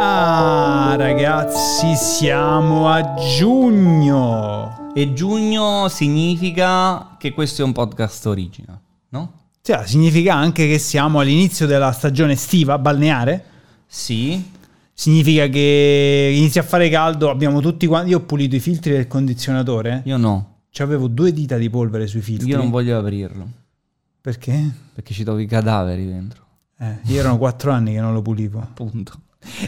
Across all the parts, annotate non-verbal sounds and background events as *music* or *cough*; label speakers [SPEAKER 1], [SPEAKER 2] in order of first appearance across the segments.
[SPEAKER 1] Ah, ragazzi, siamo a giugno.
[SPEAKER 2] E giugno significa che questo è un podcast origina, no?
[SPEAKER 1] Cioè, significa anche che siamo all'inizio della stagione estiva balneare.
[SPEAKER 2] Sì,
[SPEAKER 1] Significa che inizia a fare caldo, abbiamo tutti quanti. Io ho pulito i filtri del condizionatore.
[SPEAKER 2] io no,
[SPEAKER 1] Cioè, avevo due dita di polvere sui filtri.
[SPEAKER 2] io non voglio aprirlo
[SPEAKER 1] Perché?
[SPEAKER 2] perché ci trovo i cadaveri dentro,
[SPEAKER 1] Eh, io erano quattro anni che non lo pulivo.
[SPEAKER 2] punto.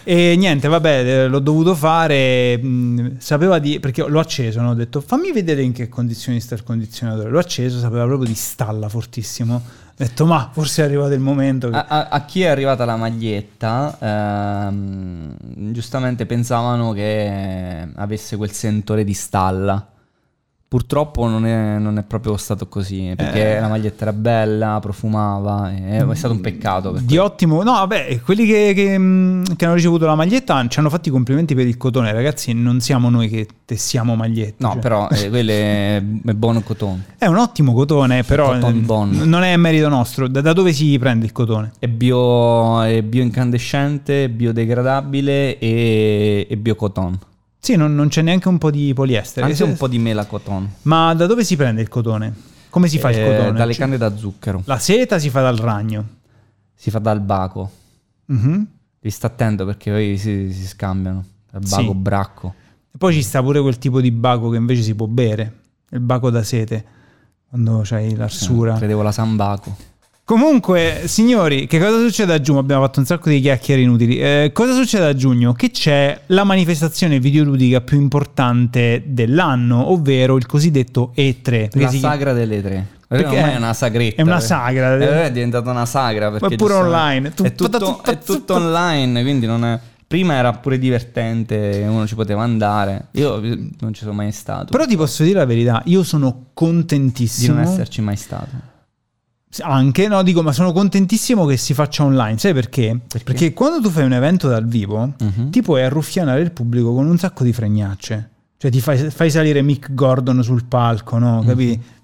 [SPEAKER 1] E niente, vabbè, eh, l'ho dovuto fare. mh, sapeva di. perché l'ho acceso, no? ho detto fammi vedere in che condizioni sta il condizionatore. L'ho acceso, sapeva proprio di stalla fortissimo. Ho detto, ma forse è arrivato il momento. Che...
[SPEAKER 2] A, a- a chi è arrivata la maglietta, ehm, giustamente pensavano che avesse quel sentore di stalla. Purtroppo non è, non è proprio stato così, perché
[SPEAKER 1] Eh.
[SPEAKER 2] la maglietta era bella, profumava, e- è stato un peccato. per
[SPEAKER 1] Di ottimo, no, vabbè, eh, quelli che, che, mh, che hanno ricevuto la maglietta ci hanno fatto i complimenti per il cotone, ragazzi. Non siamo noi che tessiamo magliette.
[SPEAKER 2] No,
[SPEAKER 1] cioè.
[SPEAKER 2] però eh, quello è, è buono cotone.
[SPEAKER 1] È un ottimo cotone, però
[SPEAKER 2] Cotton
[SPEAKER 1] eh,
[SPEAKER 2] Bond.
[SPEAKER 1] n- non è merito nostro. Da, da dove si prende il cotone?
[SPEAKER 2] È, bio, è bioincandescente, biodegradabile e, e biocoton.
[SPEAKER 1] Sì, non, non c'è neanche un po' di poliestere.
[SPEAKER 2] Anche
[SPEAKER 1] Se-
[SPEAKER 2] un po' di mela coton.
[SPEAKER 1] Ma da dove si prende il cotone? Come si fa il
[SPEAKER 2] Eh,
[SPEAKER 1] cotone?
[SPEAKER 2] Dalle
[SPEAKER 1] Cioè,
[SPEAKER 2] canne da zucchero.
[SPEAKER 1] La seta si fa dal ragno.
[SPEAKER 2] Si fa dal baco.
[SPEAKER 1] Mhm.
[SPEAKER 2] Devi stare attento perché poi si, si scambiano. Dal
[SPEAKER 1] Sì.
[SPEAKER 2] baco, bracco.
[SPEAKER 1] E poi ci sta pure quel tipo di baco che invece si può bere, il baco da sete, quando c'hai l'arsura.
[SPEAKER 2] Eh, Credevo la sambaco.
[SPEAKER 1] Comunque, signori, che cosa succede a giugno? Abbiamo fatto un sacco di chiacchiere inutili. Eh, cosa succede a giugno? Che c'è la manifestazione videoludica più importante dell'anno, ovvero il cosiddetto E3. perché
[SPEAKER 2] La
[SPEAKER 1] si-
[SPEAKER 2] sagra delle tre.
[SPEAKER 1] Perché
[SPEAKER 2] Perché ormai
[SPEAKER 1] è-
[SPEAKER 2] è una sagretta.
[SPEAKER 1] è una
[SPEAKER 2] perché-
[SPEAKER 1] sagra.
[SPEAKER 2] Eh, è diventata una sagra. Perché
[SPEAKER 1] Ma è pure
[SPEAKER 2] giustamente-
[SPEAKER 1] online. Tu-
[SPEAKER 2] È tutto, è tutto online, quindi non è... Prima era pure divertente, uno ci poteva andare. Io eh, non ci sono mai stato.
[SPEAKER 1] Però ti posso dire la verità, io sono
[SPEAKER 2] di
[SPEAKER 1] contentissimo.
[SPEAKER 2] non esserci mai stato.
[SPEAKER 1] Anche, no, dico, ma sono contentissimo che si faccia online. Sai perché? Perché, quando tu fai un evento dal vivo,
[SPEAKER 2] Mhm.
[SPEAKER 1] ti puoi arruffianare il pubblico con un sacco di fregnacce. Cioè, ti fai, fai salire Mick Gordon sul palco,
[SPEAKER 2] Mhm.
[SPEAKER 1] no? Capì? E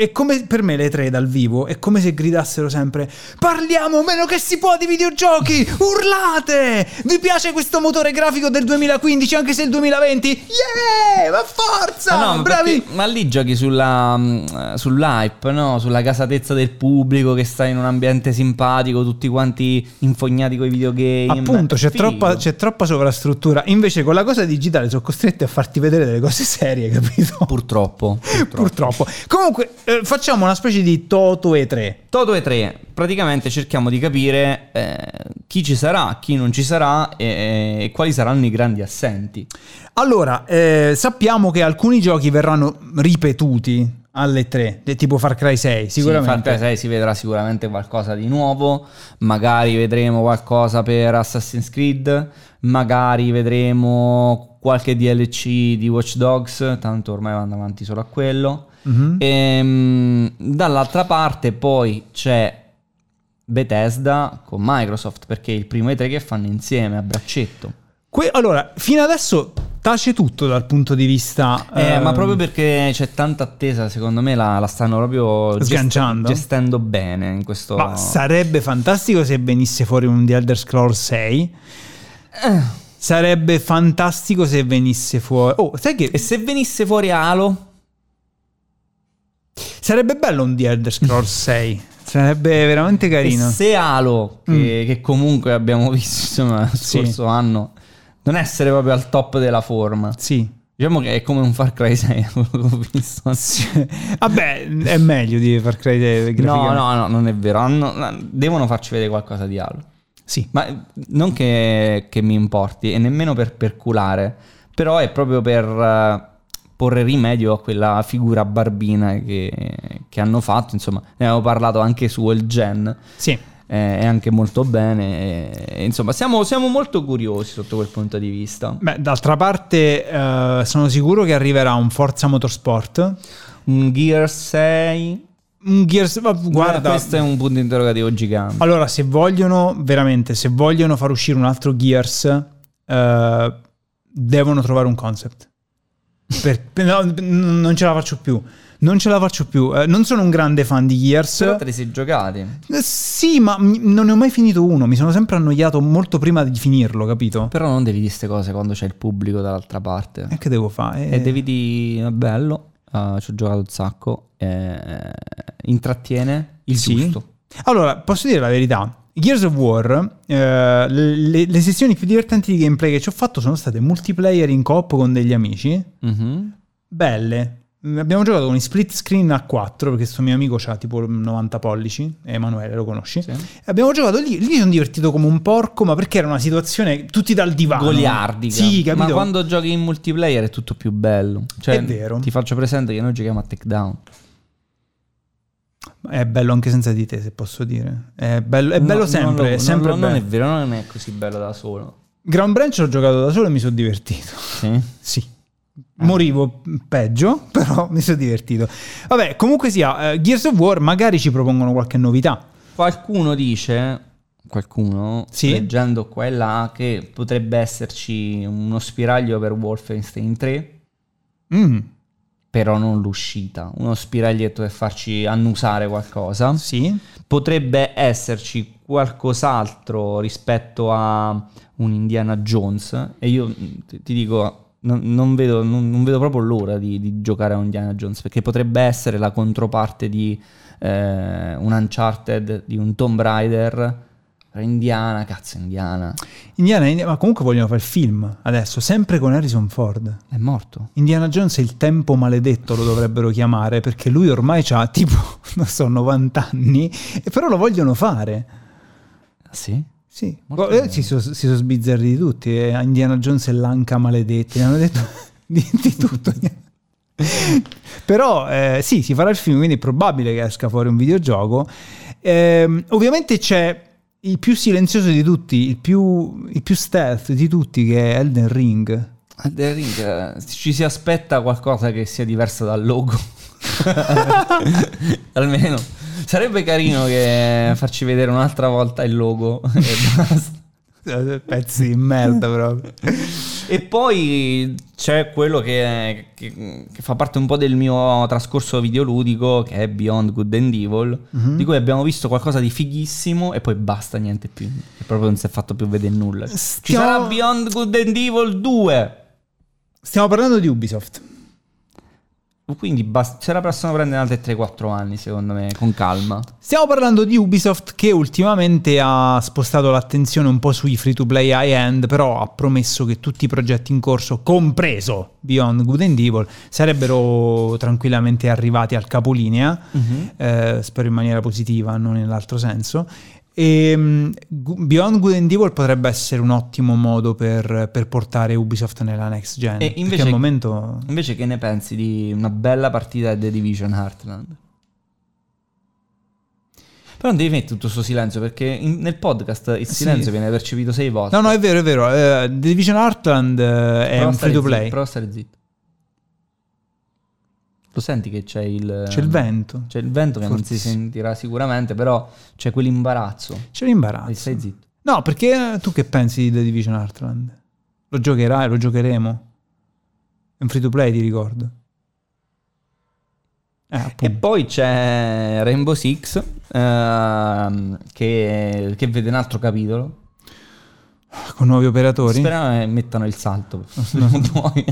[SPEAKER 1] e come per me le tre dal vivo è come se gridassero sempre: Parliamo meno che si può di videogiochi! Urlate! Vi piace questo motore grafico del 2015 anche se il 2020? Yeah! Ma forza!
[SPEAKER 2] Ah, no, ma
[SPEAKER 1] Bravi!
[SPEAKER 2] perché- ma lì giochi sulla, mh, eh, sull'hype, no? Sulla casatezza del pubblico che sta in un ambiente simpatico, tutti quanti infognati con i videogame.
[SPEAKER 1] Appunto, c'è
[SPEAKER 2] Figo.
[SPEAKER 1] troppa, c'è troppa sovrastruttura. Invece, con la cosa digitale sono costretti a farti vedere delle cose serie, *laughs* capito? *laughs*
[SPEAKER 2] Purtroppo. purtroppo.
[SPEAKER 1] Purtroppo. Comunque, eh, facciamo una specie di Toto E3.
[SPEAKER 2] Toto e 3, praticamente cerchiamo di capire eh, chi ci sarà, chi non ci sarà e, e quali saranno i grandi assenti.
[SPEAKER 1] Allora, eh, sappiamo che alcuni giochi verranno ripetuti alle 3, eh, tipo Far Cry 6, sicuramente.
[SPEAKER 2] Sì, Far Cry 6 si vedrà sicuramente qualcosa di nuovo, magari vedremo qualcosa per Assassin's Creed, magari vedremo qualche DLC di Watch Dogs, tanto ormai vanno avanti solo a quello.
[SPEAKER 1] Mhm.
[SPEAKER 2] Ehm, dall'altra parte poi c'è Bethesda con Microsoft, perché è il primo e tre che fanno insieme a braccetto.
[SPEAKER 1] Que- allora, fino adesso tace tutto dal punto di vista...
[SPEAKER 2] Eh,
[SPEAKER 1] ehm,
[SPEAKER 2] ma proprio perché c'è tanta attesa, secondo me la, la stanno proprio gest-
[SPEAKER 1] Sganciando?
[SPEAKER 2] gestendo bene in questo
[SPEAKER 1] Ma sarebbe fantastico se venisse fuori un The Elder Scrolls 6.
[SPEAKER 2] Eh.
[SPEAKER 1] Sarebbe fantastico se venisse fuori... Oh, sai che...
[SPEAKER 2] E se venisse fuori Halo?
[SPEAKER 1] Sarebbe bello un The Elder Scrolls 6. Sarebbe veramente carino.
[SPEAKER 2] E se Halo, che, che comunque abbiamo *laughs* visto insomma, lo
[SPEAKER 1] Sì.
[SPEAKER 2] scorso anno, non essere proprio al top della forma.
[SPEAKER 1] Sì. *laughs*
[SPEAKER 2] Diciamo che è come un Far Cry *laughs* 6, avevo visto.
[SPEAKER 1] Vabbè, è meglio di Far Cry eh,
[SPEAKER 2] No,
[SPEAKER 1] graficamente.
[SPEAKER 2] no, no, non è vero. Hanno- no, devono farci vedere qualcosa di Halo.
[SPEAKER 1] Sì.
[SPEAKER 2] Ma eh, non che, che mi importi, e nemmeno per perculare, però è proprio per eh, porre rimedio a quella figura barbina che, che hanno fatto. Insomma, ne avevo parlato anche su All Gen.
[SPEAKER 1] Sì.
[SPEAKER 2] eh, è anche molto bene. eh, insomma, siamo, siamo molto curiosi sotto quel punto di vista.
[SPEAKER 1] Beh, d'altra parte eh, sono sicuro che arriverà un Forza Motorsport.
[SPEAKER 2] Un Gear 6.
[SPEAKER 1] Un Gears... ma
[SPEAKER 2] Eh,
[SPEAKER 1] Guarda,
[SPEAKER 2] questo è un punto interrogativo gigante.
[SPEAKER 1] allora se vogliono, veramente, se vogliono far uscire un altro Gears, eh, *laughs* devono trovare un concept. Per- per- no, n- non ce la faccio più. non ce la faccio più. Eh, non sono un grande fan di Gears.
[SPEAKER 2] Però te li sei giocati.
[SPEAKER 1] Eh, Sì, ma mi- non ne ho mai finito uno. Mi sono sempre annoiato molto prima di finirlo, capito?
[SPEAKER 2] Però non devi dire queste cose quando c'è il pubblico dall'altra parte.
[SPEAKER 1] E che devo eh. fare?
[SPEAKER 2] Eh, E devi dire, "È bello, eh, ci ho giocato un sacco, eh, intrattiene il
[SPEAKER 1] Sì.
[SPEAKER 2] giusto.
[SPEAKER 1] Allora, posso dire la verità. Gears of War, eh, le, le sessioni più divertenti di gameplay che ci ho fatto sono state multiplayer in coop con degli amici.
[SPEAKER 2] Mhm.
[SPEAKER 1] Belle. Mm, Abbiamo giocato con i split screen a 4 perché sto mio amico ha tipo 90 pollici, Emanuele lo conosci.
[SPEAKER 2] Sì.
[SPEAKER 1] E Abbiamo giocato lì, lì mi sono divertito come un porco, ma perché era una situazione tutti dal divano.
[SPEAKER 2] Goliardica.
[SPEAKER 1] Sì, capito?
[SPEAKER 2] Ma quando giochi in multiplayer è tutto più bello. Cioè,
[SPEAKER 1] È vero.
[SPEAKER 2] Ti faccio presente che noi giochiamo a takedown.
[SPEAKER 1] È bello anche senza di te, se posso dire. È bello, è
[SPEAKER 2] No,
[SPEAKER 1] bello
[SPEAKER 2] non
[SPEAKER 1] sempre,
[SPEAKER 2] lo-
[SPEAKER 1] è sempre
[SPEAKER 2] non, lo- non
[SPEAKER 1] bello.
[SPEAKER 2] è vero, non è così bello da solo.
[SPEAKER 1] Ground Branch l'ho giocato da solo e mi sono divertito. *laughs*
[SPEAKER 2] Sì.
[SPEAKER 1] Sì. Morivo peggio, *laughs* però mi sono divertito. Vabbè, comunque sia, eh, Gears of War magari ci propongono qualche novità.
[SPEAKER 2] Qualcuno dice, qualcuno,
[SPEAKER 1] Sì.
[SPEAKER 2] leggendo qua e là, che potrebbe esserci uno spiraglio per Wolfenstein 3,
[SPEAKER 1] Mm,
[SPEAKER 2] però non l'uscita. Uno spiraglietto per farci annusare qualcosa.
[SPEAKER 1] sì.
[SPEAKER 2] Potrebbe esserci qualcos'altro rispetto a un Indiana Jones. E io mm, ti, ti dico, non, non vedo, non- non vedo proprio l'ora di, di giocare a un Indiana Jones, perché potrebbe essere la controparte di eh, un Uncharted, di un Tomb Raider. Però Indiana, cazzo, Indiana.
[SPEAKER 1] Indiana, Indi- ma comunque vogliono fare il film adesso, sempre con Harrison Ford.
[SPEAKER 2] È morto.
[SPEAKER 1] Indiana Jones è il tempo maledetto lo dovrebbero chiamare perché lui ormai ha tipo, *laughs* non so, 90 anni, e però lo vogliono fare.
[SPEAKER 2] Ah, sì?
[SPEAKER 1] Sì,
[SPEAKER 2] Molto
[SPEAKER 1] Go- eh,
[SPEAKER 2] bene.
[SPEAKER 1] si sono si sono sbizzarriti tutti. eh, Indiana Jones e l'anca maledetta. Gli hanno detto *laughs* di, di tutto. *laughs* Però eh, sì, si farà il film, quindi è probabile che esca fuori un videogioco. Ehm, ovviamente c'è il più silenzioso di tutti, il più, il più stealth di tutti, che è Elden Ring.
[SPEAKER 2] Elden Ring, eh, ci si aspetta qualcosa che sia diverso dal logo. *laughs* Almeno sarebbe carino che farci vedere un'altra volta il logo e basta.
[SPEAKER 1] Eh, *laughs* Pezzi di merda proprio.
[SPEAKER 2] E poi c'è quello che, che- che fa parte un po' del mio trascorso videoludico che è Beyond Good and Evil, di cui abbiamo visto qualcosa di fighissimo e poi basta, niente più. E proprio non si è fatto più vedere nulla. Ci
[SPEAKER 1] Stiamo-
[SPEAKER 2] sarà Beyond Good and Evil 2.
[SPEAKER 1] Stiamo parlando di Ubisoft.
[SPEAKER 2] Quindi bast- ce la possono prendere altri 3-4 anni, secondo me, con calma.
[SPEAKER 1] Stiamo parlando di Ubisoft che ultimamente ha spostato l'attenzione un po' sui free to play high end, però ha promesso che tutti i progetti in corso, compreso Beyond Good and Evil, sarebbero tranquillamente arrivati al capolinea, eh, spero in maniera positiva, non nell'altro senso. E, mh, Gu- Beyond Good and Evil potrebbe essere un ottimo modo per, per portare Ubisoft nella next gen.
[SPEAKER 2] E invece-
[SPEAKER 1] perché al momento
[SPEAKER 2] Invece che ne pensi di una bella partita di The Division Heartland? Però non devi mettere tutto questo silenzio perché in- nel podcast il
[SPEAKER 1] Eh, Sì.
[SPEAKER 2] silenzio viene percepito 6 volte.
[SPEAKER 1] No, no, è vero, è vero. eh, The Division Heartland eh, è
[SPEAKER 2] Prova a
[SPEAKER 1] un
[SPEAKER 2] stare
[SPEAKER 1] free to
[SPEAKER 2] zitto,
[SPEAKER 1] play.
[SPEAKER 2] Prova a stare zitto. Lo senti che c'è il...
[SPEAKER 1] C'è il vento.
[SPEAKER 2] C'è il vento che non si
[SPEAKER 1] Fortissimo.
[SPEAKER 2] sentirà sicuramente, però c'è quell'imbarazzo.
[SPEAKER 1] C'è
[SPEAKER 2] E
[SPEAKER 1] l'imbarazzo.
[SPEAKER 2] stai zitto.
[SPEAKER 1] No, perché eh, tu che pensi di The Division Heartland? Lo giocherai, lo giocheremo. È un free to play, ti ricordo. Eh,
[SPEAKER 2] E
[SPEAKER 1] appunto.
[SPEAKER 2] poi c'è Rainbow Six ehm, che, che vede un altro capitolo.
[SPEAKER 1] Con nuovi operatori.
[SPEAKER 2] Speriamo che mettano il salto. *laughs* Poi-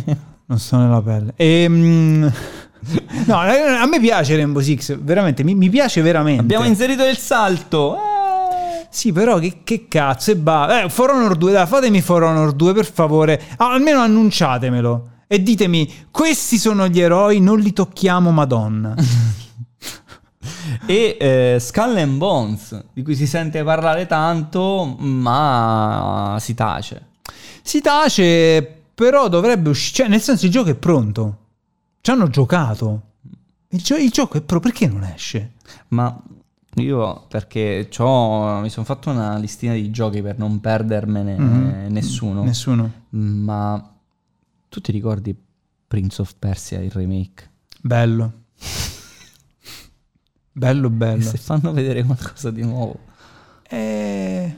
[SPEAKER 1] Non sto nella pelle.
[SPEAKER 2] *laughs*
[SPEAKER 1] Ehm, no, eh, a me piace Rainbow Six, veramente, mi, mi piace veramente.
[SPEAKER 2] Abbiamo inserito il salto. Eh!
[SPEAKER 1] Sì, però che, che cazzo e ba- Eh, For Honor 2, dai, fatemi For Honor 2 per favore. Ah, almeno annunciatemelo. E ditemi, questi sono gli eroi, non li tocchiamo, madonna.
[SPEAKER 2] *laughs* E eh, Skull and Bones, di cui si sente parlare tanto, ma si tace.
[SPEAKER 1] si tace, però dovrebbe uscire. Cioè, nel senso, il gioco è pronto. Ci hanno giocato. Il, gio- il gioco è pronto. Perché non esce?
[SPEAKER 2] Ma io perché c'ho- mi sono fatto una listina di giochi per non perdermene eh,
[SPEAKER 1] Mhm.
[SPEAKER 2] nessuno.
[SPEAKER 1] Nessuno.
[SPEAKER 2] Ma tu ti ricordi Prince of Persia, il remake?
[SPEAKER 1] Bello. bello, *laughs*
[SPEAKER 2] E
[SPEAKER 1] bello.
[SPEAKER 2] se fanno vedere qualcosa di nuovo.
[SPEAKER 1] Eh,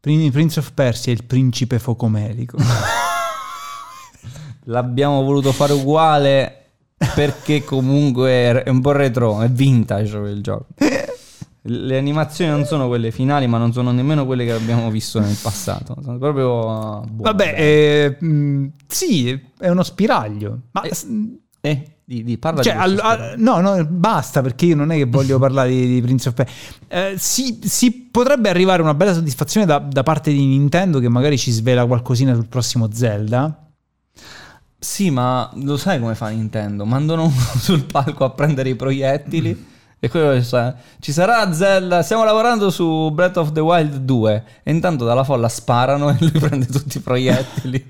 [SPEAKER 1] Prin- Prince of Persia è il principe
[SPEAKER 2] *laughs*
[SPEAKER 1] focomelico.
[SPEAKER 2] L'abbiamo voluto fare uguale perché comunque è un po' retro, è vintage quel gioco. Le animazioni non sono quelle finali, ma non sono nemmeno quelle che abbiamo visto nel passato. Sono proprio. ah, buone.
[SPEAKER 1] Vabbè, eh, mh, sì, è uno spiraglio. Ma
[SPEAKER 2] Eh,
[SPEAKER 1] s- mh,
[SPEAKER 2] Eh, di, di- parla
[SPEAKER 1] cioè,
[SPEAKER 2] di
[SPEAKER 1] al-
[SPEAKER 2] questo
[SPEAKER 1] al-
[SPEAKER 2] spiraglio.
[SPEAKER 1] no, no, basta perché io non è che
[SPEAKER 2] *laughs*
[SPEAKER 1] voglio parlare di, di Prince of Persia. Eh, si, si potrebbe arrivare una bella soddisfazione da, da parte di Nintendo che magari ci svela qualcosina sul prossimo Zelda.
[SPEAKER 2] Sì, ma lo sai come fa Nintendo? Mandano uno *laughs* sul palco a prendere i
[SPEAKER 1] Mm.
[SPEAKER 2] proiettili. E quello che sa- ci sarà Zelda. Stiamo lavorando su Breath of the Wild 2. E intanto dalla folla sparano *laughs* e lui prende tutti i proiettili.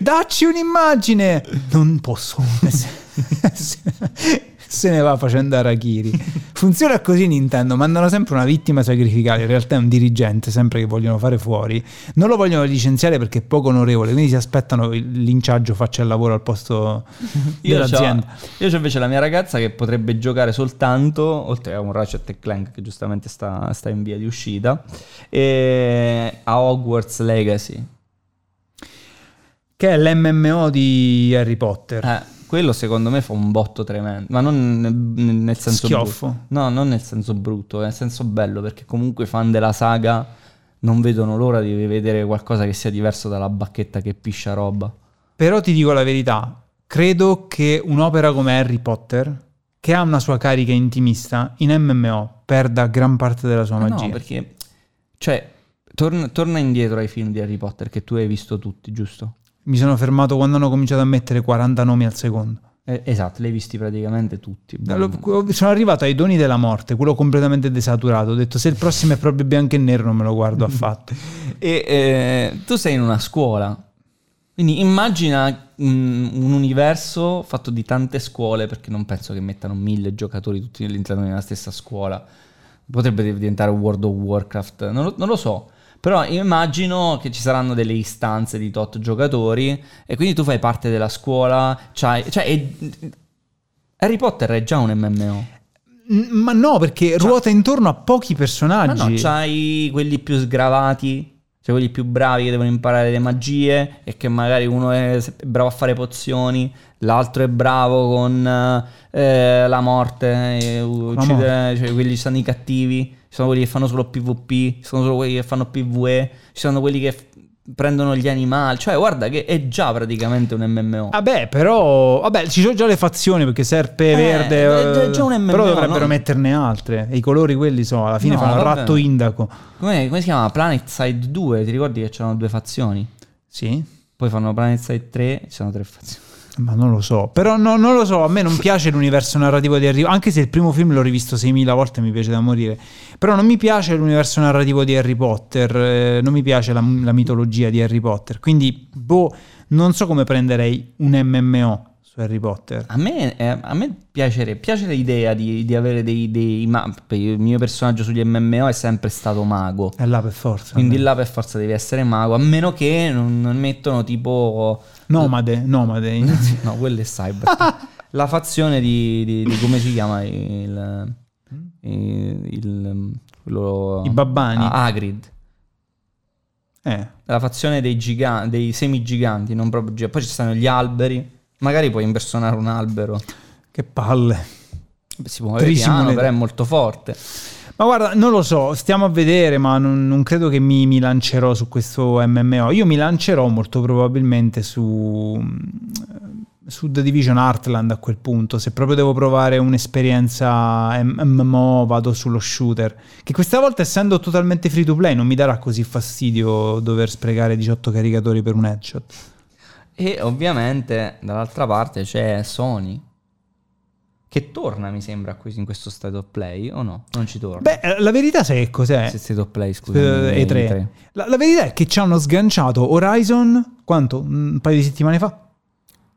[SPEAKER 1] Dacci un'immagine! Non posso. *laughs* Se ne va facendo Arachiri. Funziona così Nintendo, mandano sempre una vittima sacrificale, in realtà è un dirigente sempre che vogliono fare fuori. Non lo vogliono licenziare perché è poco onorevole, quindi si aspettano il linciaggio faccia il lavoro al posto
[SPEAKER 2] Io c'ho,
[SPEAKER 1] dell'azienda.
[SPEAKER 2] io c'ho invece la mia ragazza che potrebbe giocare soltanto, oltre a un Ratchet e Clank che giustamente sta, sta in via di uscita, e a Hogwarts Legacy.
[SPEAKER 1] Che è l'MMO di Harry Potter.
[SPEAKER 2] Eh, quello secondo me fa un botto tremendo, ma non nel, nel senso brutto.
[SPEAKER 1] Schioffo.
[SPEAKER 2] No, non nel senso brutto, nel senso bello, perché comunque i fan della saga non vedono l'ora di vedere qualcosa che sia diverso dalla bacchetta che piscia roba.
[SPEAKER 1] Però ti dico la verità, credo che un'opera come Harry Potter, che ha una sua carica intimista, in MMO perda gran parte della sua
[SPEAKER 2] Ma
[SPEAKER 1] magia.
[SPEAKER 2] Eh No, perché cioè torna, torna indietro ai film di Harry Potter che tu hai visto tutti, giusto?
[SPEAKER 1] Mi sono fermato quando hanno cominciato a mettere 40 nomi al secondo.
[SPEAKER 2] Eh, esatto, li hai visti praticamente tutti. Boh.
[SPEAKER 1] Lo- Sono arrivato ai doni della morte, quello completamente desaturato. Ho detto se il prossimo è proprio bianco e nero non me lo
[SPEAKER 2] *laughs*
[SPEAKER 1] guardo affatto.
[SPEAKER 2] E eh, tu sei in una scuola. Quindi immagina un, un universo fatto di tante scuole, perché non penso che mettano mille giocatori tutti all'interno di una stessa scuola. Potrebbe diventare World of Warcraft, non lo, non lo so. Però immagino che ci saranno delle istanze di tot giocatori e quindi tu fai parte della scuola. c'hai- cioè, è- Harry Potter è già un MMO.
[SPEAKER 1] N- Ma no, perché ruota intorno a pochi
[SPEAKER 2] Ma Cioè no,
[SPEAKER 1] personaggi.
[SPEAKER 2] c'hai quelli più sgravati, cioè quelli più bravi che devono imparare le magie e che magari uno è s- bravo a fare pozioni, l'altro è bravo con eh, la morte, eh, u-
[SPEAKER 1] La
[SPEAKER 2] uccidere, cioè quelli sono i cattivi, ci sono quelli che fanno solo PvP, ci sono solo quelli che fanno PvE, ci sono quelli che f- prendono gli animali, cioè guarda che è già praticamente un MMO.
[SPEAKER 1] Vabbè, Ah, però. Vabbè, ci sono già le fazioni perché serpe
[SPEAKER 2] Eh,
[SPEAKER 1] verde.
[SPEAKER 2] è già-
[SPEAKER 1] eh,
[SPEAKER 2] già un MMO,
[SPEAKER 1] però dovrebbero
[SPEAKER 2] no?
[SPEAKER 1] metterne altre. E i colori quelli sono. Alla fine
[SPEAKER 2] No,
[SPEAKER 1] fanno
[SPEAKER 2] vabbè.
[SPEAKER 1] ratto indaco.
[SPEAKER 2] Come, come si chiama? Planet Side 2, ti ricordi che c'erano due fazioni?
[SPEAKER 1] Sì.
[SPEAKER 2] Poi fanno Planet Side 3, ci sono tre fazioni.
[SPEAKER 1] Ma non lo so, però no- non lo so, a me non piace l'universo narrativo di Harry anche se il primo film l'ho rivisto 6.000 volte e mi piace da morire, però non mi piace l'universo narrativo di Harry Potter, eh, non mi piace la, la mitologia di Harry Potter, quindi boh, non so come prenderei un MMO su Harry Potter.
[SPEAKER 2] A me, eh, a me piacere- piace l'idea di, di avere dei, dei ma- Il mio personaggio sugli MMO è sempre stato mago.
[SPEAKER 1] È là per forza.
[SPEAKER 2] Quindi là per forza devi essere mago, a meno che non, non mettono tipo...
[SPEAKER 1] Nomade,
[SPEAKER 2] *laughs*
[SPEAKER 1] nomade. in-
[SPEAKER 2] No, quello è
[SPEAKER 1] *laughs*
[SPEAKER 2] cyber. la fazione di, di- di come si chiama il... il, il- quello-
[SPEAKER 1] I babbani.
[SPEAKER 2] Ah, Hagrid.
[SPEAKER 1] eh.
[SPEAKER 2] La fazione dei, giga- dei semigiganti, non proprio giganti. Poi ci stanno gli alberi. Magari puoi impersonare un albero.
[SPEAKER 1] Che palle.
[SPEAKER 2] Si muove
[SPEAKER 1] Trisimo
[SPEAKER 2] piano,
[SPEAKER 1] le-
[SPEAKER 2] però è molto forte.
[SPEAKER 1] Ma guarda, non lo so, stiamo a vedere, ma non, non credo che mi, mi lancerò su questo MMO. Io mi lancerò molto probabilmente su, mm, su The Division Heartland a quel punto. Se proprio devo provare un'esperienza M- MMO, vado sullo shooter. Che questa volta, essendo totalmente free to play, non mi darà così fastidio dover sprecare 18 caricatori per un headshot.
[SPEAKER 2] E ovviamente dall'altra parte c'è Sony. Che torna, mi sembra, qui in questo state of play, o no? Non ci torna.
[SPEAKER 1] Beh, la verità sai che cos'è?
[SPEAKER 2] Se state of play, scusa.
[SPEAKER 1] Eh, E3. La, la verità è che ci hanno sganciato Horizon quanto? Un paio di settimane fa?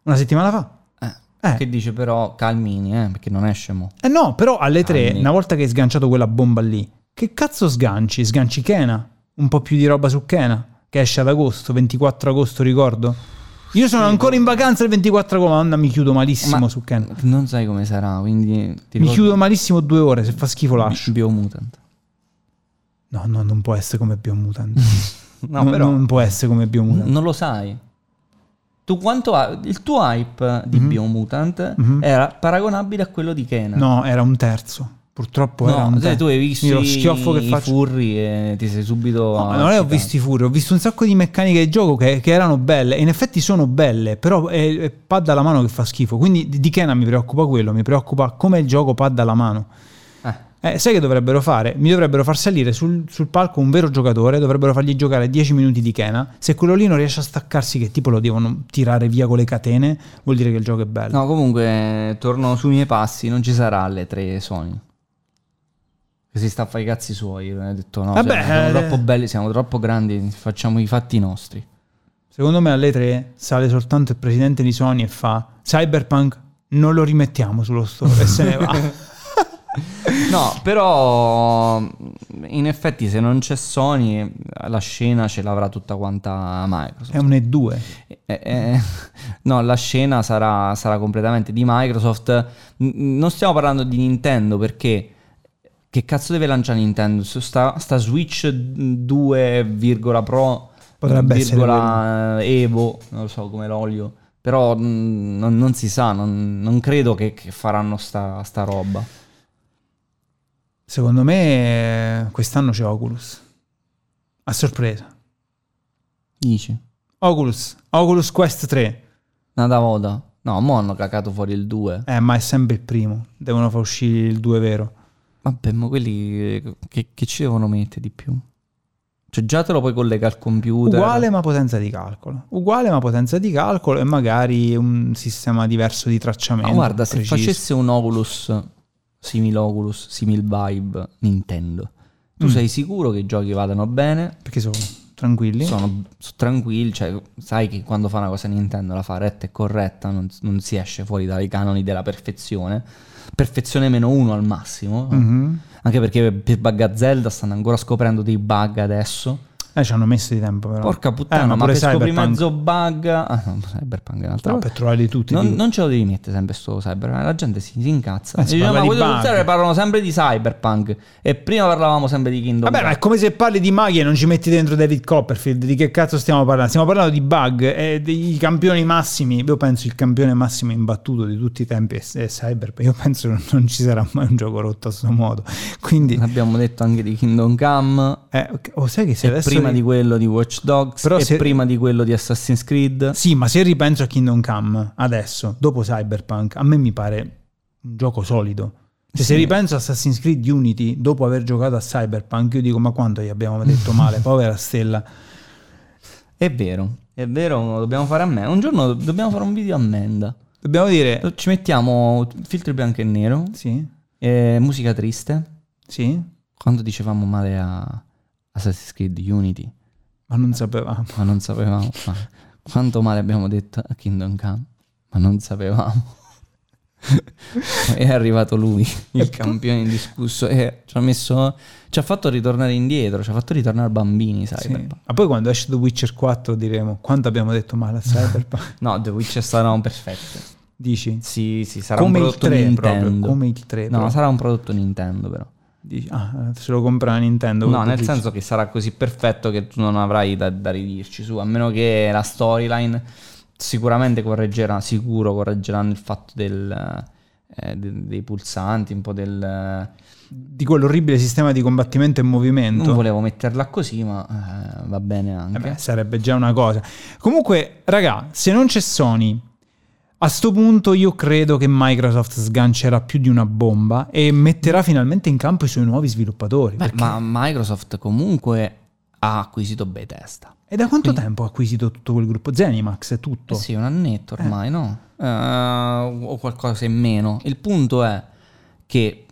[SPEAKER 1] Una settimana fa? Eh.
[SPEAKER 2] Che dice però calmini, eh, perché non esce mo.
[SPEAKER 1] Eh no, però alle tre,
[SPEAKER 2] Anni.
[SPEAKER 1] una volta che hai sganciato quella bomba lì, che cazzo sganci? Sganci Kena? Un po' più di roba su Kena, che esce ad agosto, 24 agosto ricordo. Io sono ancora in vacanza il 24 agosto, ma mi chiudo malissimo
[SPEAKER 2] Ma-
[SPEAKER 1] su Kena.
[SPEAKER 2] Non sai come sarà, quindi ti
[SPEAKER 1] Eh. Mi
[SPEAKER 2] ricordo-
[SPEAKER 1] chiudo malissimo due ore, se fa schifo lascio.
[SPEAKER 2] Biomutant.
[SPEAKER 1] No, no, non può essere come Biomutant.
[SPEAKER 2] *laughs* No,
[SPEAKER 1] Non-
[SPEAKER 2] però
[SPEAKER 1] Non può essere come Biomutant.
[SPEAKER 2] non lo sai. Tu quanto ha- il tuo hype di
[SPEAKER 1] Mhm.
[SPEAKER 2] Biomutant
[SPEAKER 1] Mhm.
[SPEAKER 2] era paragonabile a quello di Kena.
[SPEAKER 1] No, era un terzo. Purtroppo era un
[SPEAKER 2] No,
[SPEAKER 1] terzo.
[SPEAKER 2] se tu hai visto
[SPEAKER 1] Io lo
[SPEAKER 2] i-
[SPEAKER 1] schiaffo che
[SPEAKER 2] i
[SPEAKER 1] faccio.
[SPEAKER 2] furri e ti sei subito...
[SPEAKER 1] No, non le ho
[SPEAKER 2] eccitato.
[SPEAKER 1] visti furri, ho visto un sacco di meccaniche di gioco che, che erano belle, e in effetti sono belle, però è, è pad alla mano che fa schifo. Quindi di di Kena mi preoccupa quello, mi preoccupa come il gioco pad alla mano.
[SPEAKER 2] Eh.
[SPEAKER 1] Eh, sai che dovrebbero fare? Mi dovrebbero far salire sul, sul palco un vero giocatore, dovrebbero fargli giocare 10 minuti di Kena. Se quello lì non riesce a staccarsi, che tipo lo devono tirare via con le catene, vuol dire che il gioco è bello.
[SPEAKER 2] No, comunque, torno sui miei passi, non ci sarà alle tre Sony. Che si sta a fare i cazzi suoi, ho detto no,
[SPEAKER 1] Vabbè,
[SPEAKER 2] cioè, siamo
[SPEAKER 1] eh,
[SPEAKER 2] troppo belli, siamo troppo grandi, facciamo i fatti nostri.
[SPEAKER 1] Secondo me alle 3 sale soltanto il presidente di Sony e fa Cyberpunk non lo rimettiamo sullo store e se ne va.
[SPEAKER 2] *laughs*
[SPEAKER 1] *laughs*
[SPEAKER 2] No, però in effetti se non c'è Sony la scena ce l'avrà tutta quanta Microsoft.
[SPEAKER 1] È un E2.
[SPEAKER 2] Eh, eh, *laughs* no, la scena sarà, sarà completamente di Microsoft. N- non stiamo parlando di Nintendo perché che cazzo deve lanciare Nintendo? Su Sta, sta Switch 2, Pro,
[SPEAKER 1] Potrebbe essere
[SPEAKER 2] virgola Evo, non lo so come l'olio. Però mm, non, non si sa, non, non credo che, che faranno sta, sta roba.
[SPEAKER 1] Secondo me eh, quest'anno c'è Oculus. A sorpresa.
[SPEAKER 2] Dici?
[SPEAKER 1] Oculus, Oculus Quest 3.
[SPEAKER 2] Nada voda. No, mo hanno cacato fuori il 2.
[SPEAKER 1] Eh, ma è sempre il primo. Devono far uscire il 2 vero.
[SPEAKER 2] Vabbè, ma quelli eh, che, che ci devono mettere di più? Cioè, già te lo puoi collegare al computer.
[SPEAKER 1] Uguale ma potenza di calcolo. Uguale ma potenza di calcolo e magari un sistema diverso di
[SPEAKER 2] Ma
[SPEAKER 1] tracciamento.
[SPEAKER 2] guarda, se
[SPEAKER 1] preciso.
[SPEAKER 2] facesse un Oculus, simil Oculus, simil Vibe, Nintendo, tu
[SPEAKER 1] Mm.
[SPEAKER 2] sei sicuro che i giochi vadano bene?
[SPEAKER 1] Perché sono tranquilli.
[SPEAKER 2] Sono, sono tranquilli, cioè, sai che quando fa una cosa Nintendo la fa retta e corretta, non, non si esce fuori dai canoni della perfezione. Perfezione meno uno al massimo.
[SPEAKER 1] Mhm.
[SPEAKER 2] Anche perché per Bugga Zelda stanno ancora scoprendo dei bug adesso.
[SPEAKER 1] Eh, ci hanno messo di tempo però.
[SPEAKER 2] Porca
[SPEAKER 1] Eh,
[SPEAKER 2] puttana, ma,
[SPEAKER 1] pure
[SPEAKER 2] per scoprire
[SPEAKER 1] Cyberpunk.
[SPEAKER 2] mezzo bug. Ah, no, Cyberpunk è un'altra
[SPEAKER 1] No,
[SPEAKER 2] cosa.
[SPEAKER 1] per trovarli tutti.
[SPEAKER 2] Non,
[SPEAKER 1] dico.
[SPEAKER 2] non ce lo devi mettere sempre sto cyberpunk, la gente si, si incazza.
[SPEAKER 1] Eh, si
[SPEAKER 2] E dice,
[SPEAKER 1] parla
[SPEAKER 2] ma
[SPEAKER 1] di
[SPEAKER 2] voi del
[SPEAKER 1] bug."
[SPEAKER 2] genere parlano sempre di cyberpunk e prima parlavamo sempre di Kingdom
[SPEAKER 1] Vabbè, ma
[SPEAKER 2] Hearts.
[SPEAKER 1] è come se parli di maghi e non ci metti dentro David Copperfield. Di che cazzo stiamo parlando? Stiamo parlando di bug e dei campioni massimi. Io penso il campione massimo imbattuto di tutti i tempi è, è Cyberpunk. Io penso che non ci sarà mai un gioco rotto a sto modo. Quindi,
[SPEAKER 2] Abbiamo detto anche di Kingdom Come,
[SPEAKER 1] eh, ok, oh, sai che se
[SPEAKER 2] e
[SPEAKER 1] adesso.
[SPEAKER 2] prima di quello di Watch Dogs,
[SPEAKER 1] Però
[SPEAKER 2] e
[SPEAKER 1] se-
[SPEAKER 2] prima di quello di Assassin's Creed.
[SPEAKER 1] Sì, ma se ripenso a Kingdom Come adesso, dopo Cyberpunk, a me mi pare un gioco solido. Cioè, Se
[SPEAKER 2] Sì.
[SPEAKER 1] ripenso a Assassin's Creed Unity dopo aver giocato a Cyberpunk, io dico: Ma quanto gli abbiamo detto
[SPEAKER 2] *laughs*
[SPEAKER 1] male, povera stella.
[SPEAKER 2] È vero, è vero, lo dobbiamo fare ammenda. Un giorno do- dobbiamo fare un video ammenda.
[SPEAKER 1] Dobbiamo dire.
[SPEAKER 2] Ci mettiamo filtri bianco e nero,
[SPEAKER 1] Sì,
[SPEAKER 2] eh, musica triste.
[SPEAKER 1] sì.
[SPEAKER 2] Quando dicevamo male a Assassin's Creed Unity,
[SPEAKER 1] Ma
[SPEAKER 2] Eh.
[SPEAKER 1] non sapevamo.
[SPEAKER 2] ma non sapevamo ma quanto male abbiamo detto a Kingdom Come, ma non sapevamo. *laughs* è arrivato lui, *laughs* il campione indiscusso, e ci ha messo. Ci ha fatto ritornare indietro, ci ha fatto ritornare bambini, sai.
[SPEAKER 1] Sì. Ma poi quando esce The Witcher 4 diremo quanto abbiamo detto male a
[SPEAKER 2] *laughs*
[SPEAKER 1] Cyberpunk.
[SPEAKER 2] No, The Witcher saranno perfette.
[SPEAKER 1] Dici?
[SPEAKER 2] Sì, sì, sarà
[SPEAKER 1] come
[SPEAKER 2] un
[SPEAKER 1] il
[SPEAKER 2] prodotto
[SPEAKER 1] 3
[SPEAKER 2] Nintendo.
[SPEAKER 1] proprio. Come il 3.
[SPEAKER 2] no,
[SPEAKER 1] proprio.
[SPEAKER 2] sarà un prodotto Nintendo, però.
[SPEAKER 1] Dici, ah, se lo compra Nintendo.
[SPEAKER 2] No,
[SPEAKER 1] quello
[SPEAKER 2] nel
[SPEAKER 1] dici.
[SPEAKER 2] senso che sarà così perfetto che tu non avrai da, da ridirci su, a meno che la storyline sicuramente correggerà, sicuro correggeranno il fatto del, eh, de- dei pulsanti, un po' del... eh,
[SPEAKER 1] Di quell'orribile sistema di combattimento e movimento.
[SPEAKER 2] Non volevo metterla così, ma eh, va bene anche.
[SPEAKER 1] Eh beh, sarebbe già una cosa. Comunque, raga, se non c'è Sony, a sto punto io credo che Microsoft sgancerà più di una bomba e metterà finalmente in campo i suoi nuovi sviluppatori.
[SPEAKER 2] Beh,
[SPEAKER 1] Perché-
[SPEAKER 2] ma Microsoft comunque ha acquisito Bethesda.
[SPEAKER 1] E da quanto
[SPEAKER 2] quindi-
[SPEAKER 1] tempo ha acquisito tutto quel gruppo? Zenimax e tutto.
[SPEAKER 2] Eh sì, un annetto ormai, no? Eh, o qualcosa in meno. Il punto è che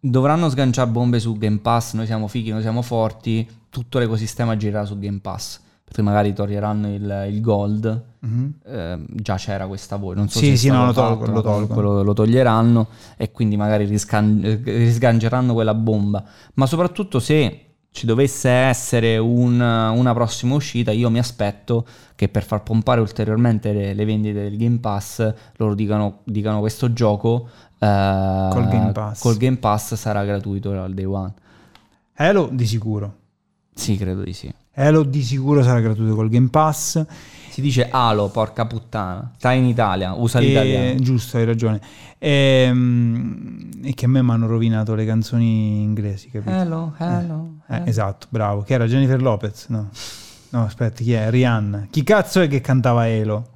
[SPEAKER 2] dovranno sganciare bombe su Game Pass, noi siamo fighi, noi siamo forti, tutto l'ecosistema girerà su Game Pass, perché magari toglieranno il, il gold,
[SPEAKER 1] Mhm.
[SPEAKER 2] eh, già c'era questa voce, non so
[SPEAKER 1] Sì,
[SPEAKER 2] se è
[SPEAKER 1] sì,
[SPEAKER 2] stato
[SPEAKER 1] no, lo
[SPEAKER 2] fatto,
[SPEAKER 1] tolgo, lo
[SPEAKER 2] ma
[SPEAKER 1] tolgo.
[SPEAKER 2] comunque lo- lo toglieranno e quindi magari riscan- eh, risgangeranno quella bomba, ma soprattutto se ci dovesse essere un- una prossima uscita, io mi aspetto che per far pompare ulteriormente le, le vendite del Game Pass loro dicano, dicano questo gioco eh,
[SPEAKER 1] Col Game Pass.
[SPEAKER 2] col Game Pass sarà gratuito al day one.
[SPEAKER 1] Hello, di sicuro.
[SPEAKER 2] Sì, credo di sì.
[SPEAKER 1] Elo di sicuro sarà gratuito col Game Pass.
[SPEAKER 2] Si dice Alo, porca puttana. Stai in Italia, usa
[SPEAKER 1] E-
[SPEAKER 2] l'italiano.
[SPEAKER 1] Giusto, hai ragione. Ehm, E, che a me mi hanno rovinato le canzoni inglesi, capito?
[SPEAKER 2] Hello, hello.
[SPEAKER 1] Eh,
[SPEAKER 2] hello.
[SPEAKER 1] esatto, bravo. Che era Jennifer Lopez, no? No, aspetta, chi è? Rihanna. Chi cazzo è che cantava Elo?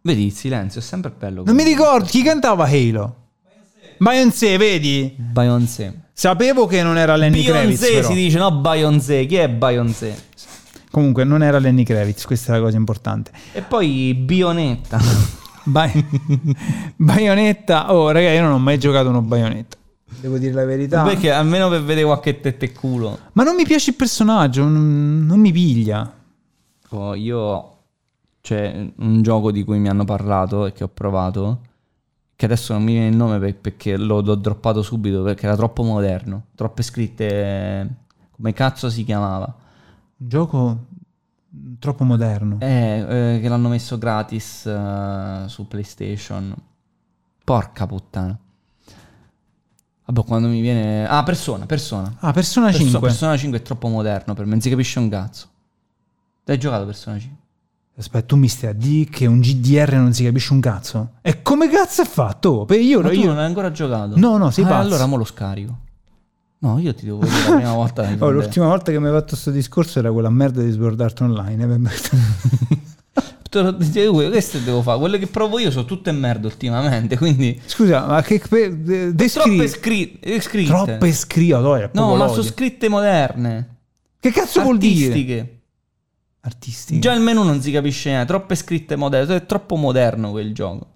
[SPEAKER 2] Vedi il silenzio, è sempre bello.
[SPEAKER 1] Non mi
[SPEAKER 2] comunque.
[SPEAKER 1] ricordo chi cantava Halo. Beyoncé, vedi?
[SPEAKER 2] Beyoncé.
[SPEAKER 1] Sapevo che non era Lenny Kravitz.
[SPEAKER 2] Beyoncé
[SPEAKER 1] però.
[SPEAKER 2] si dice, no Beyoncé, chi è Beyoncé?
[SPEAKER 1] Comunque, non era Lenny Kravitz, questa è la cosa importante.
[SPEAKER 2] E poi Bionetta.
[SPEAKER 1] Bai- *laughs* Bayonetta, oh ragazzi, io non ho mai giocato uno Bayonetta. Devo dire la verità.
[SPEAKER 2] Perché almeno per vedere qualche tette e culo.
[SPEAKER 1] Ma non mi piace il personaggio, non, non mi piglia.
[SPEAKER 2] Oh, io c'è un gioco di cui mi hanno parlato e che ho provato. Che adesso non mi viene il nome per- perché lo- l'ho droppato subito perché era troppo moderno. Troppe scritte. Come cazzo si chiamava?
[SPEAKER 1] Un gioco troppo moderno.
[SPEAKER 2] Eh, eh, che l'hanno messo gratis eh, su PlayStation. Porca puttana. Vabbè, quando mi viene. Ah, persona, persona.
[SPEAKER 1] Ah, Persona
[SPEAKER 2] Perso-
[SPEAKER 1] 5.
[SPEAKER 2] Persona 5 è troppo moderno per me, non si capisce un cazzo. L'hai giocato Persona 5?
[SPEAKER 1] Aspetta, tu mi stai a dire che un GDR non si capisce un cazzo? E come cazzo è fatto? oh? Per io,
[SPEAKER 2] Ma tu
[SPEAKER 1] io-
[SPEAKER 2] non l'hai ancora giocato?
[SPEAKER 1] No, no, sei
[SPEAKER 2] Ah,
[SPEAKER 1] pazzo.
[SPEAKER 2] allora mo lo scarico. No, io ti devo dire
[SPEAKER 1] *laughs*
[SPEAKER 2] la prima volta. di
[SPEAKER 1] Oh,
[SPEAKER 2] prendere.
[SPEAKER 1] l'ultima volta che mi hai fatto questo discorso era quella merda di Sword Art Online. eh.
[SPEAKER 2] Te lo- te lo- Queste devo fare. Quelle che provo io sono tutte merda ultimamente. *laughs* Quindi.
[SPEAKER 1] *laughs* Scusa, ma che per- de-
[SPEAKER 2] Troppe
[SPEAKER 1] descri-
[SPEAKER 2] scri- eh, scritte.
[SPEAKER 1] troppe scritte, Oh,
[SPEAKER 2] No, ma sono scritte moderne.
[SPEAKER 1] che cazzo vuol dire?
[SPEAKER 2] Artistiche.
[SPEAKER 1] Artistiche.
[SPEAKER 2] Già il menu non si capisce niente. Troppe scritte moderne. È troppo moderno quel gioco.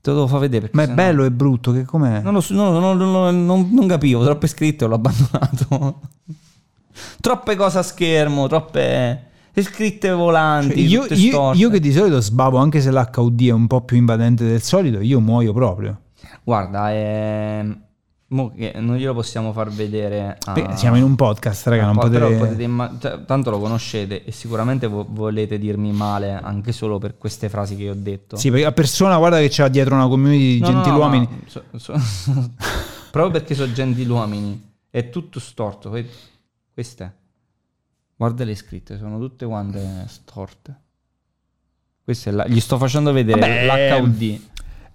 [SPEAKER 2] Te lo devo far vedere. perché
[SPEAKER 1] ma è
[SPEAKER 2] sennò-
[SPEAKER 1] bello e brutto, che com'è?
[SPEAKER 2] Non, lo so, no, no, no, no, non- non capivo, troppe scritte, l'ho abbandonato. *laughs* troppe cose a schermo, troppe scritte volanti.
[SPEAKER 1] Cioè, io,
[SPEAKER 2] tutte
[SPEAKER 1] io-
[SPEAKER 2] storte.
[SPEAKER 1] io che di solito sbavo, anche se l'HUD è un po' più invadente del solito, io muoio proprio.
[SPEAKER 2] Guarda, ehm, mo che non glielo possiamo far vedere. a-
[SPEAKER 1] Perché siamo in un podcast, raga,
[SPEAKER 2] a-
[SPEAKER 1] non
[SPEAKER 2] però
[SPEAKER 1] potete...
[SPEAKER 2] potete imma- cioè, tanto lo conoscete e sicuramente vo- volete dirmi male anche solo per queste frasi che io ho detto.
[SPEAKER 1] Sì, perché a persona guarda che c'ha dietro una community di
[SPEAKER 2] No, no, no,
[SPEAKER 1] gentiluomini.
[SPEAKER 2] ma so- so- *laughs* proprio perché sono gentiluomini. È tutto storto. que- Queste. Guarda le scritte, sono tutte quante storte. Queste la- gli sto facendo vedere
[SPEAKER 1] Vabbè,
[SPEAKER 2] l'HUD.
[SPEAKER 1] Eh,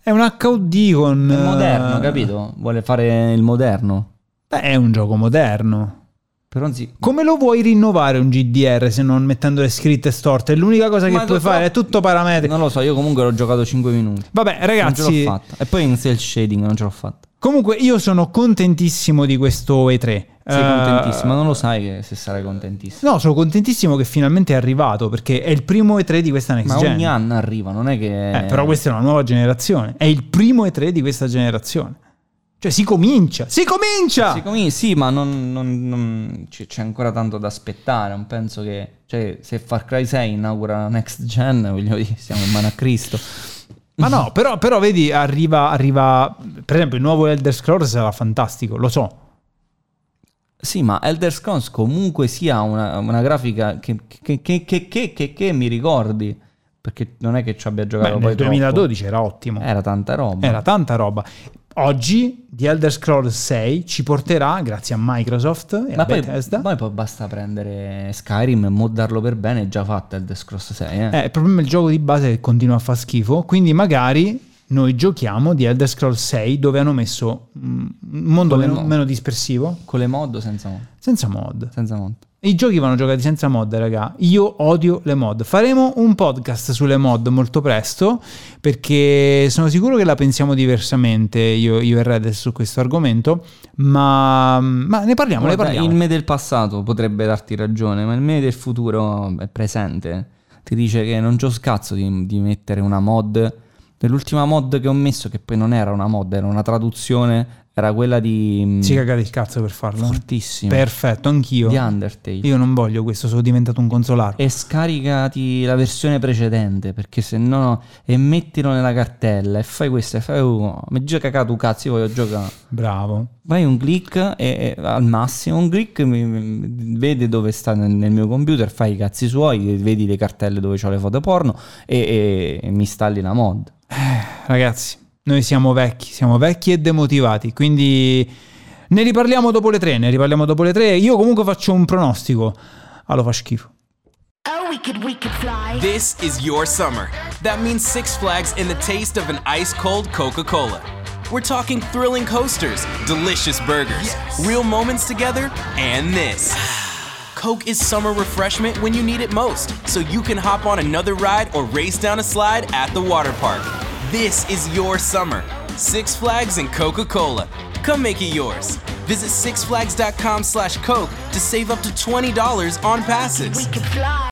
[SPEAKER 1] È un HUD con...
[SPEAKER 2] È moderno,
[SPEAKER 1] eh,
[SPEAKER 2] capito? Vuole fare il moderno.
[SPEAKER 1] Beh, è un gioco moderno.
[SPEAKER 2] Però non si-
[SPEAKER 1] Come lo vuoi rinnovare un GDR se non mettendo le scritte storte? È l'unica cosa che
[SPEAKER 2] Ma
[SPEAKER 1] puoi
[SPEAKER 2] lo so-
[SPEAKER 1] fare, è tutto parametri.
[SPEAKER 2] Non lo so, io comunque l'ho giocato 5 minuti.
[SPEAKER 1] Vabbè,
[SPEAKER 2] non ce
[SPEAKER 1] Eh, ragazzi,
[SPEAKER 2] l'ho fatta. E poi in cel shading non ce l'ho fatta.
[SPEAKER 1] comunque io sono contentissimo di questo E3.
[SPEAKER 2] Sei
[SPEAKER 1] Eh,
[SPEAKER 2] contentissimo, non lo sai che se sarai contentissimo.
[SPEAKER 1] No, sono contentissimo che finalmente è arrivato perché è il primo E3 di questa next
[SPEAKER 2] Ma
[SPEAKER 1] gen.
[SPEAKER 2] ogni anno arriva, non è che...
[SPEAKER 1] Eh, però questa è una nuova generazione. È il primo E3 di questa generazione. Cioè, si comincia. Si comincia!
[SPEAKER 2] Siccome- sì, ma non- non- non- c- c'è ancora tanto da aspettare. Non penso che. Cioè, se Far Cry 6 inaugura la next gen, *laughs* voglio dire, siamo in mano a Cristo.
[SPEAKER 1] Ma no, però, però vedi, arriva, arriva. Per esempio, il nuovo Elder Scrolls sarà fantastico, lo so.
[SPEAKER 2] Sì, ma Elder Scrolls comunque sia una, una grafica che, che, che, che, che, che- che mi ricordi. Perché non è che ci abbia
[SPEAKER 1] Beh,
[SPEAKER 2] giocato
[SPEAKER 1] nel
[SPEAKER 2] poi Eh, troppo.
[SPEAKER 1] 2012 era ottimo.
[SPEAKER 2] Era tanta roba.
[SPEAKER 1] Era tanta roba. Oggi The Elder Scrolls 6 ci porterà, grazie a Microsoft e a
[SPEAKER 2] Ma poi,
[SPEAKER 1] Bethesda.
[SPEAKER 2] poi poi basta prendere Skyrim e moddarlo per bene. È già fatta Elder Scrolls 6. Eh.
[SPEAKER 1] Eh, il problema è il gioco di base che continua a far schifo. Quindi magari noi giochiamo di Elder Scrolls 6 dove hanno messo mm, un mondo
[SPEAKER 2] Con le
[SPEAKER 1] meno,
[SPEAKER 2] mod.
[SPEAKER 1] meno dispersivo,
[SPEAKER 2] Con le mod o senza mod?
[SPEAKER 1] senza mod.
[SPEAKER 2] Senza mod.
[SPEAKER 1] I giochi vanno giocati senza mod, raga. Io odio le mod. Faremo un podcast sulle mod molto presto perché sono sicuro che la pensiamo diversamente io, io e Red su questo argomento, ma, ma ne parliamo,
[SPEAKER 2] Guarda,
[SPEAKER 1] ne
[SPEAKER 2] il
[SPEAKER 1] parliamo.
[SPEAKER 2] me del passato potrebbe darti ragione, ma il me del futuro è presente. Ti dice che non c'ho scazzo di, di mettere una mod. L'ultima mod che ho messo, che poi non era una mod, era una traduzione, era quella di... mh,
[SPEAKER 1] Si cagate il cazzo per farlo.
[SPEAKER 2] fortissima.
[SPEAKER 1] Perfetto, anch'io.
[SPEAKER 2] Di Undertale.
[SPEAKER 1] Io non voglio questo, sono diventato un consolaro.
[SPEAKER 2] E scaricati la versione precedente, perché se no... E mettilo nella cartella, e fai questo, e fai... Oh, mi già cagato un cazzo, io voglio giocare.
[SPEAKER 1] Bravo.
[SPEAKER 2] Vai un click e, e al massimo un click mi- mi- vede dove sta nel, nel mio computer, fai i cazzi suoi, vedi le cartelle dove ho le foto porno e, e- e mi installi la mod.
[SPEAKER 1] Ragazzi, noi siamo vecchi, siamo vecchi e demotivati, quindi Ne riparliamo dopo le tre, ne riparliamo dopo le tre. Io comunque faccio un pronostico. Allora fa schifo.
[SPEAKER 3] Oh, we could, we could fly.
[SPEAKER 4] This is your summer. That means Six Flags and the taste of an ice cold Coca Cola. We're talking thrilling coasters, delicious burgers, real moments together, and this. Coke is summer refreshment when you need it most, so you can hop on another ride or race down a slide at the water park. This is your summer. Six Flags and Coca Cola. Come make it yours. Visit sixflags.com slash Coke to save up to $20 on passes.
[SPEAKER 3] We could fly.